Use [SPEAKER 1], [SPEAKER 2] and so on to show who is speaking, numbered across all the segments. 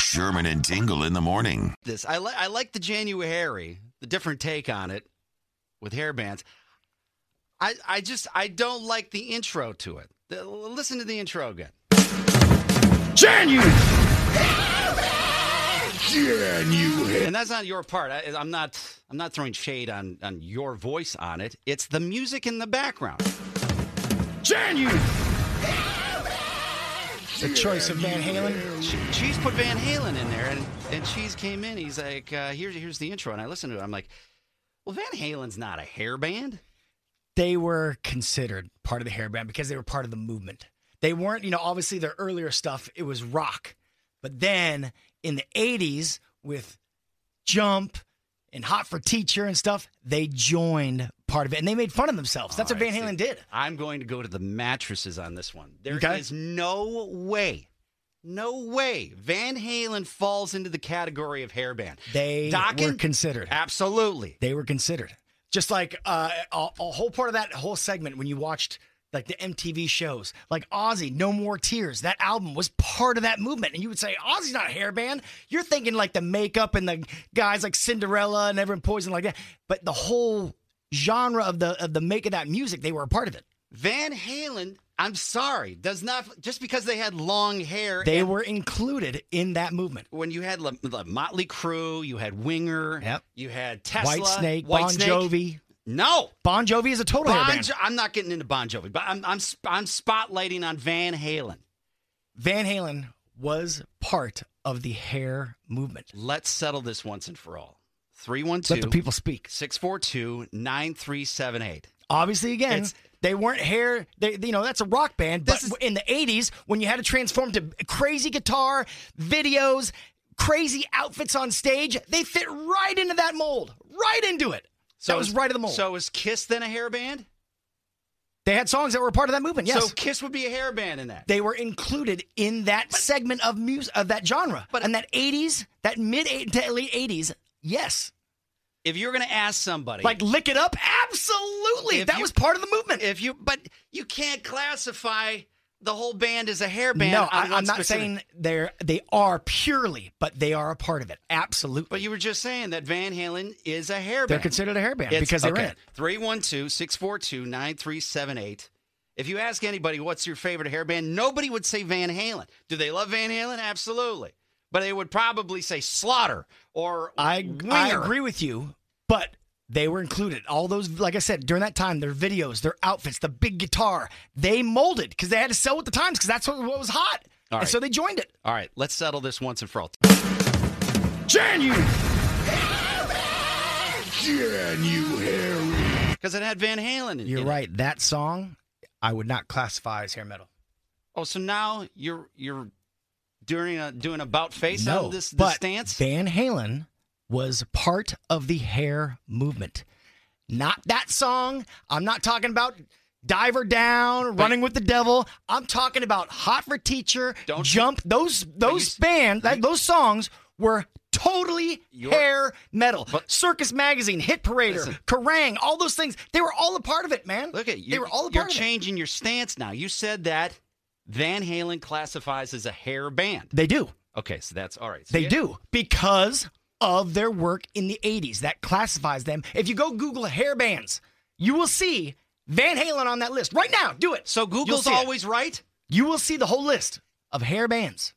[SPEAKER 1] Sherman and Tingle in the morning.
[SPEAKER 2] this. I like I like the January, the different take on it with hair bands. I I just I don't like the intro to it. The- listen to the intro again.
[SPEAKER 3] January.
[SPEAKER 2] And that's not your part. I, I'm not I'm not throwing shade on on your voice on it. It's the music in the background.
[SPEAKER 3] January.
[SPEAKER 4] The choice of Van Halen.
[SPEAKER 2] She, she's put Van Halen in there, and and she's came in. He's like, uh, here's here's the intro, and I listened to it. I'm like, well, Van Halen's not a hair band.
[SPEAKER 4] They were considered part of the hair band because they were part of the movement. They weren't, you know, obviously their earlier stuff, it was rock. But then in the 80s with Jump and Hot for Teacher and stuff, they joined part of it and they made fun of themselves. That's
[SPEAKER 2] All
[SPEAKER 4] what
[SPEAKER 2] right,
[SPEAKER 4] Van Halen
[SPEAKER 2] see,
[SPEAKER 4] did.
[SPEAKER 2] I'm going to go to the mattresses on this one. There is
[SPEAKER 4] Okay.
[SPEAKER 2] no way, no way Van Halen falls into the category of hairband.
[SPEAKER 4] They
[SPEAKER 2] Dokken?
[SPEAKER 4] were considered.
[SPEAKER 2] Absolutely.
[SPEAKER 4] They were considered. Just like uh, a, a whole part of that whole segment when you watched like the MTV shows, like Ozzy, No More Tears, that album was part of that movement. And you would say, Ozzy's not a hair band. You're thinking like the makeup and the guys like Cinderella and everyone poison like that. But the whole genre of the of the make of that music, they were a part of it.
[SPEAKER 2] Van Halen, I'm sorry, does not just because they had long hair.
[SPEAKER 4] They
[SPEAKER 2] and
[SPEAKER 4] were included in that movement.
[SPEAKER 2] when you had La, La Motley Crue, you had Winger,
[SPEAKER 4] Yep.
[SPEAKER 2] you had Tesla,
[SPEAKER 4] White Snake, Bon
[SPEAKER 2] Whitesnake.
[SPEAKER 4] Jovi.
[SPEAKER 2] No,
[SPEAKER 4] Bon Jovi is a total hair
[SPEAKER 2] bon
[SPEAKER 4] band.
[SPEAKER 2] jo- I'm not getting into Bon Jovi, but I'm I'm sp- I'm spotlighting on Van Halen.
[SPEAKER 4] Van Halen was part of the hair movement.
[SPEAKER 2] Let's settle this once and for all. Three one two.
[SPEAKER 4] Let the people speak.
[SPEAKER 2] 642 9378.
[SPEAKER 4] Obviously, again,
[SPEAKER 2] It's-
[SPEAKER 4] they weren't hair. They, you know, that's a rock band. But
[SPEAKER 2] This is-
[SPEAKER 4] in the '80s, when you had to transform to crazy guitar, videos, crazy outfits on stage, they fit right into that mold, right into it. that was right of the mold.
[SPEAKER 2] So is Kiss then a hair band?
[SPEAKER 4] they had songs that were part of that movement. Yes,
[SPEAKER 2] So Kiss would be a hair band in that.
[SPEAKER 4] they were included in that segment of music of that genre.
[SPEAKER 2] But-
[SPEAKER 4] But and that '80s, that mid to late '80s, yes,
[SPEAKER 2] if you're going to ask somebody,
[SPEAKER 4] like lick it up, absolutely.
[SPEAKER 2] If
[SPEAKER 4] That
[SPEAKER 2] you-
[SPEAKER 4] was part of the movement.
[SPEAKER 2] if you, but you can't classify the whole band as a hair band.
[SPEAKER 4] No,
[SPEAKER 2] on
[SPEAKER 4] I,
[SPEAKER 2] one
[SPEAKER 4] I'm not
[SPEAKER 2] specific-
[SPEAKER 4] saying they're they are purely, but they are a part of it. Absolutely,
[SPEAKER 2] But you were just saying that Van Halen is a hair
[SPEAKER 4] they're
[SPEAKER 2] band.
[SPEAKER 4] considered a hair band because they're in it.
[SPEAKER 2] 312 642 9378. If you ask anybody what's your favorite hair band, nobody would say Van Halen. Do they love Van Halen? Absolutely. But they would probably say Slaughter or
[SPEAKER 4] I I
[SPEAKER 2] Winger.
[SPEAKER 4] agree with you, but they were included. All those, like I said, during that time, their videos, their outfits, the big guitar, they molded because they had to sell with the times because that's what, what was hot,
[SPEAKER 2] All right.
[SPEAKER 4] and so they joined it.
[SPEAKER 2] All right, let's settle this once and for all.
[SPEAKER 3] January.
[SPEAKER 2] Because it had Van Halen in
[SPEAKER 4] You're
[SPEAKER 2] in it.
[SPEAKER 4] right. That song, I would not classify as hair metal.
[SPEAKER 2] Oh, so now you're you're doing a doing about face on this, this
[SPEAKER 4] but
[SPEAKER 2] stance?
[SPEAKER 4] Van Halen was part of the hair movement. Not that song. I'm not talking about Diver Down, Running with the Devil. I'm talking about Hot for Teacher,
[SPEAKER 2] Don't you-
[SPEAKER 4] Jump. those those
[SPEAKER 2] you-
[SPEAKER 4] bands, that, those songs were totally
[SPEAKER 2] Your-
[SPEAKER 4] hair metal.
[SPEAKER 2] But-
[SPEAKER 4] Circus Magazine, Hit Parader,
[SPEAKER 2] Listen.
[SPEAKER 4] Kerrang, all those things. They were all a part of it, man.
[SPEAKER 2] Look at you.
[SPEAKER 4] They were all a
[SPEAKER 2] you're
[SPEAKER 4] part of it.
[SPEAKER 2] changing your stance now. You said that Van Halen classifies as a hair band.
[SPEAKER 4] They do.
[SPEAKER 2] Okay, so that's all right. So
[SPEAKER 4] They
[SPEAKER 2] yeah,
[SPEAKER 4] do because of their work in the 80s. That classifies them. If you go Google hair bands, you will see Van Halen on that list right now. Do it.
[SPEAKER 2] So
[SPEAKER 4] You'll
[SPEAKER 2] Google's
[SPEAKER 4] see it.
[SPEAKER 2] always right.
[SPEAKER 4] You will see the whole list of hair bands.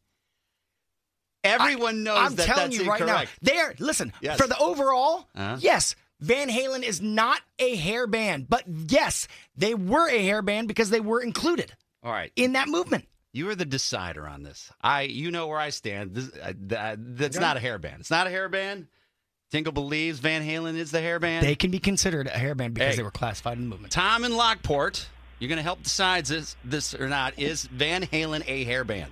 [SPEAKER 2] Everyone knows
[SPEAKER 4] I'm
[SPEAKER 2] that
[SPEAKER 4] telling
[SPEAKER 2] that's
[SPEAKER 4] you right
[SPEAKER 2] incorrect.
[SPEAKER 4] now. They are listen
[SPEAKER 2] Yes.
[SPEAKER 4] for the overall.
[SPEAKER 2] Uh-huh.
[SPEAKER 4] Yes, Van Halen is not a hair band, but yes, they were a hair band because they were included
[SPEAKER 2] All right,
[SPEAKER 4] in that movement.
[SPEAKER 2] you are the decider on this. I, you know where I stand. This, I, th- that's not a hair band. It's not a hair band. Tingle believes Van Halen is the hair band.
[SPEAKER 4] They can be considered a hair band because
[SPEAKER 2] Hey.
[SPEAKER 4] they were classified in the movement.
[SPEAKER 2] Tom in Lockport, you're going to help decide this, this or not. Is Van Halen a hair band?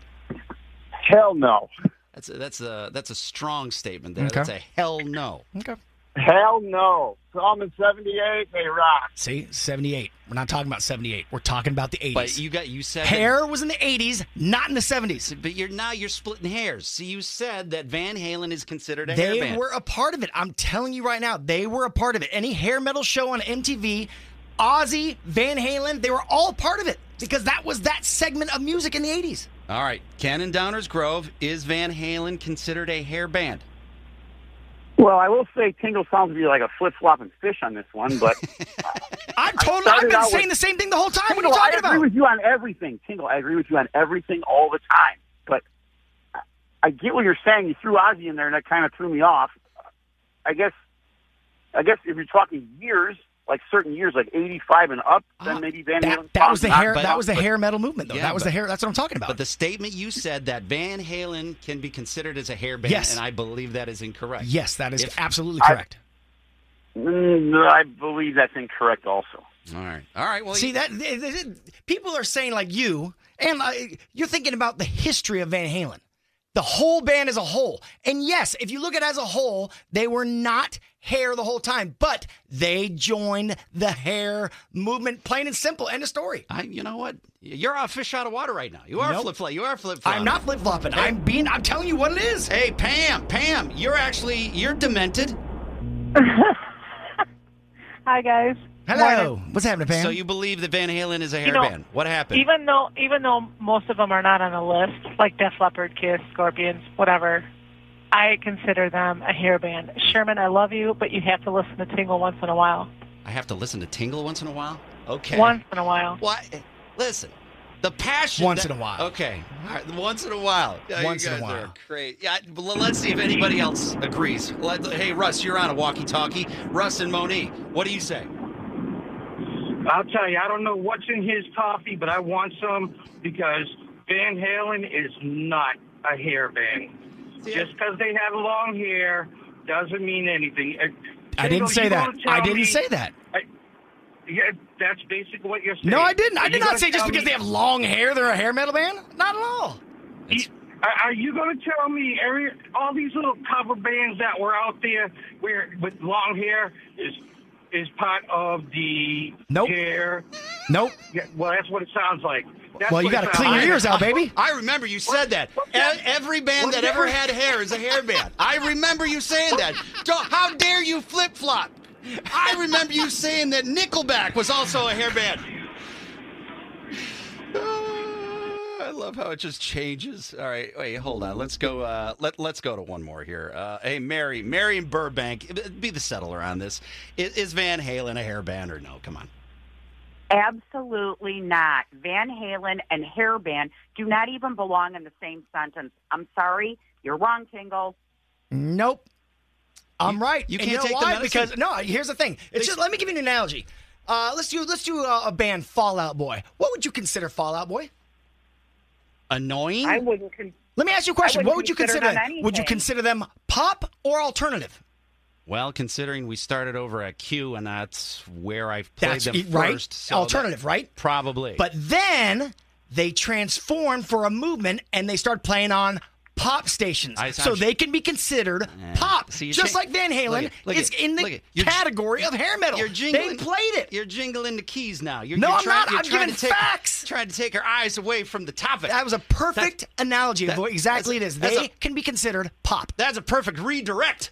[SPEAKER 5] Hell no.
[SPEAKER 2] That's a, that's a that's a strong statement there. That's a hell no.
[SPEAKER 4] Okay.
[SPEAKER 5] Hell no. Psalm 78, they rock.
[SPEAKER 4] See, 78. We're not talking about 78. We're talking about the 80s.
[SPEAKER 2] But you got you said that-
[SPEAKER 4] Hair was in the 80s, not in the 70s.
[SPEAKER 2] but you're now you're splitting hairs. See, you said that Van Halen is considered a
[SPEAKER 4] They
[SPEAKER 2] hairband.
[SPEAKER 4] were a part of it. I'm telling you right now, they were a part of it. Any hair metal show on MTV, Ozzy, Van Halen, they were all part of it because that was that segment of music in the 80s.
[SPEAKER 2] All right, Cannon Downers Grove is Van Halen considered a hairband?
[SPEAKER 5] Well, I will say Tingle sounds to be like a flip flopping fish on this one, but
[SPEAKER 4] I'm totally, I've
[SPEAKER 5] started
[SPEAKER 4] been
[SPEAKER 5] out
[SPEAKER 4] saying
[SPEAKER 5] with-
[SPEAKER 4] the same thing the whole time. What are
[SPEAKER 5] Tingle,
[SPEAKER 4] you
[SPEAKER 5] I
[SPEAKER 4] talking
[SPEAKER 5] agree
[SPEAKER 4] about?
[SPEAKER 5] with you on everything. Tingle, I agree with you on everything all the time. But I- I get what you're saying. You threw Ozzy in there, and that kind of threw me off. I guess, I guess if you're talking years, like certain years, like '85 and up, then maybe Van
[SPEAKER 4] Oh, That,
[SPEAKER 5] Halen.
[SPEAKER 4] that was the hair.
[SPEAKER 2] but-
[SPEAKER 4] That was the hair metal movement, though.
[SPEAKER 2] Yeah,
[SPEAKER 4] that was
[SPEAKER 2] but-
[SPEAKER 4] the hair. That's what I'm talking about.
[SPEAKER 2] But the statement you said that Van Halen can be considered as a hairband,
[SPEAKER 4] Yes.
[SPEAKER 2] and I believe that is incorrect.
[SPEAKER 4] yes, that is
[SPEAKER 2] If-
[SPEAKER 4] absolutely
[SPEAKER 5] I-
[SPEAKER 4] correct.
[SPEAKER 5] Mm, I believe that's incorrect. Also,
[SPEAKER 2] All right. All right. Well,
[SPEAKER 4] See that th- th- th- people are saying like you and like, you're thinking about the history of Van Halen, the whole band as a whole. And yes, if you look at it as a whole, they were not hair the whole time, but they joined the hair movement, plain and simple. End of story.
[SPEAKER 2] I, you know what? You're a fish out of water right now. You are
[SPEAKER 4] Nope.
[SPEAKER 2] flip flop. You are flip flop.
[SPEAKER 4] I'm not flip flopping. I'm being. I'm telling you what it is.
[SPEAKER 2] Hey, Pam. Pam, you're actually you're demented.
[SPEAKER 6] Hi guys.
[SPEAKER 4] Hello. What's happening, Pam?
[SPEAKER 2] So you believe that Van Halen is a hairband?
[SPEAKER 6] know,
[SPEAKER 2] what happened?
[SPEAKER 6] Even though even though most of them are not on the list, like Def Leppard, Kiss, Scorpions, whatever, I consider them a hair band. Sherman, I love you, but you have to listen to Tingle once in a while.
[SPEAKER 2] I have to listen to Tingle once in a while. Okay.
[SPEAKER 6] Once in a while.
[SPEAKER 2] What? Listen, the passion.
[SPEAKER 4] Once
[SPEAKER 2] that-
[SPEAKER 4] in a while.
[SPEAKER 2] Okay. All right. Once in a while. Yeah, you
[SPEAKER 4] Once in a
[SPEAKER 2] guys
[SPEAKER 4] while.
[SPEAKER 2] are Great. Yeah. Well, let's see if anybody else agrees. Let, hey, Russ, you're on a walkie-talkie. Russ and Monique, what do you say?
[SPEAKER 7] I'll tell you, I don't know what's in his coffee, but I want some because Van Halen is not a hair band.
[SPEAKER 2] Yeah.
[SPEAKER 7] Just because they have long hair doesn't mean anything. Uh,
[SPEAKER 4] I didn't
[SPEAKER 7] Shingo,
[SPEAKER 4] say
[SPEAKER 7] you
[SPEAKER 4] that.
[SPEAKER 7] gonna
[SPEAKER 4] I
[SPEAKER 7] tell
[SPEAKER 4] didn't
[SPEAKER 7] me-
[SPEAKER 4] say that.
[SPEAKER 7] Yeah, that's basically what you're saying.
[SPEAKER 4] No, I didn't. I
[SPEAKER 7] Are
[SPEAKER 4] did
[SPEAKER 7] you
[SPEAKER 4] not
[SPEAKER 7] gonna
[SPEAKER 4] say just
[SPEAKER 7] tell
[SPEAKER 4] because
[SPEAKER 7] me-
[SPEAKER 4] they have long hair, they're a hair metal band. Not at all.
[SPEAKER 2] It's-
[SPEAKER 7] Are are you going to tell me every, all these little cover bands that were out there where with long hair is is part of the
[SPEAKER 4] Nope.
[SPEAKER 7] hair?
[SPEAKER 4] Nope.
[SPEAKER 7] Yeah, well, that's what it sounds like. That's
[SPEAKER 4] Well, you
[SPEAKER 7] what it
[SPEAKER 4] got to
[SPEAKER 7] sounds
[SPEAKER 4] clean your
[SPEAKER 7] like.
[SPEAKER 4] ears out, baby.
[SPEAKER 2] I remember you said that. E- Every band that ever had hair is a hair band. I remember you saying that. Don't- How dare you flip flop? I remember you saying that Nickelback was also a hair band. Ah, I love how it just changes. All right, wait, hold on. Let's go. Uh, let Let's go to one more here. Uh, hey, Mary, Mary and Burbank, be the settler on this. Is, is Van Halen a hair band or no? Come on.
[SPEAKER 8] Absolutely not. Van Halen and hairband do not even belong in the same sentence. I'm sorry, you're wrong, Tingle.
[SPEAKER 4] Nope. I'm right.
[SPEAKER 2] you
[SPEAKER 4] And
[SPEAKER 2] can't
[SPEAKER 4] know
[SPEAKER 2] take the
[SPEAKER 4] why?
[SPEAKER 2] medicine?
[SPEAKER 4] because no. Here's the thing. It's just let me give you an analogy. Uh, let's do let's do a, a band Fallout Boy. What would you consider Fallout Boy?
[SPEAKER 2] Annoying.
[SPEAKER 8] I wouldn't. Con-
[SPEAKER 4] Let me ask you a question.
[SPEAKER 8] wouldn't
[SPEAKER 4] What would you
[SPEAKER 8] consider
[SPEAKER 4] consider?
[SPEAKER 8] them
[SPEAKER 4] them? Would you
[SPEAKER 8] anything.
[SPEAKER 4] consider them pop or alternative?
[SPEAKER 2] Well, considering we started over at Q, and that's where I've played
[SPEAKER 4] That's
[SPEAKER 2] them
[SPEAKER 4] e- right.
[SPEAKER 2] first. so
[SPEAKER 4] alternative,
[SPEAKER 2] that-
[SPEAKER 4] right?
[SPEAKER 2] Probably.
[SPEAKER 4] But then they transform for a movement and they start playing on pop stations,
[SPEAKER 2] I- I'm
[SPEAKER 4] so
[SPEAKER 2] sh-
[SPEAKER 4] they can be considered pop.
[SPEAKER 2] See, you
[SPEAKER 4] just
[SPEAKER 2] cha-
[SPEAKER 4] like Van Halen
[SPEAKER 2] Look it, look
[SPEAKER 4] is
[SPEAKER 2] it,
[SPEAKER 4] in
[SPEAKER 2] look
[SPEAKER 4] the
[SPEAKER 2] it. You're j-
[SPEAKER 4] category of hair metal.
[SPEAKER 2] you're
[SPEAKER 4] they
[SPEAKER 2] jingling.
[SPEAKER 4] played it.
[SPEAKER 2] You're jingling the keys now. You're,
[SPEAKER 4] No,
[SPEAKER 2] you're
[SPEAKER 4] I'm
[SPEAKER 2] trying,
[SPEAKER 4] not.
[SPEAKER 2] You're
[SPEAKER 4] I'm
[SPEAKER 2] trying
[SPEAKER 4] giving
[SPEAKER 2] to take,
[SPEAKER 4] facts.
[SPEAKER 2] Trying to take our eyes away from the topic.
[SPEAKER 4] That was a perfect analogy
[SPEAKER 2] that-
[SPEAKER 4] of what exactly it is.
[SPEAKER 2] that's
[SPEAKER 4] They
[SPEAKER 2] a-
[SPEAKER 4] can be considered pop.
[SPEAKER 2] That's a perfect redirect.